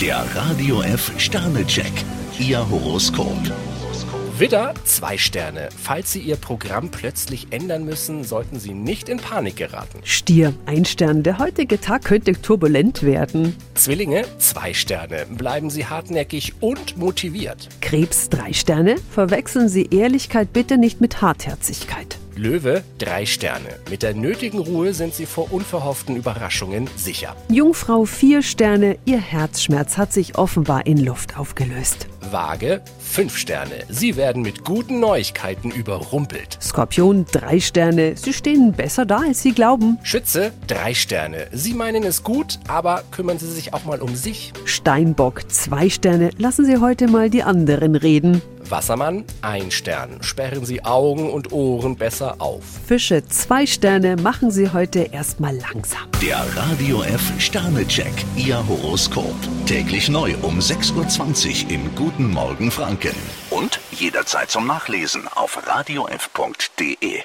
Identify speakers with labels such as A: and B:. A: Der Radio F Sternecheck, Ihr Horoskop.
B: Widder, zwei Sterne. Falls Sie Ihr Programm plötzlich ändern müssen, sollten Sie nicht in Panik geraten.
C: Stier, ein Stern. Der heutige Tag könnte turbulent werden.
B: Zwillinge, zwei Sterne. Bleiben Sie hartnäckig und motiviert.
C: Krebs, drei Sterne. Verwechseln Sie Ehrlichkeit bitte nicht mit Hartherzigkeit.
B: Löwe, drei Sterne. Mit der nötigen Ruhe sind Sie vor unverhofften Überraschungen sicher.
C: Jungfrau, vier Sterne. Ihr Herzschmerz hat sich offenbar in Luft aufgelöst.
B: Waage, fünf Sterne. Sie werden mit guten Neuigkeiten überrumpelt.
C: Skorpion, drei Sterne. Sie stehen besser da, als Sie glauben.
B: Schütze, drei Sterne. Sie meinen es gut, aber kümmern Sie sich auch mal um sich.
C: Steinbock, zwei Sterne. Lassen Sie heute mal die anderen reden.
B: Wassermann, ein Stern. Sperren Sie Augen und Ohren besser auf.
C: Fische, zwei Sterne. Machen Sie heute erstmal langsam.
A: Der Radio F Sternecheck, Ihr Horoskop. Täglich neu um 6.20 Uhr im Guten Morgen Franken. Und jederzeit zum Nachlesen auf radiof.de.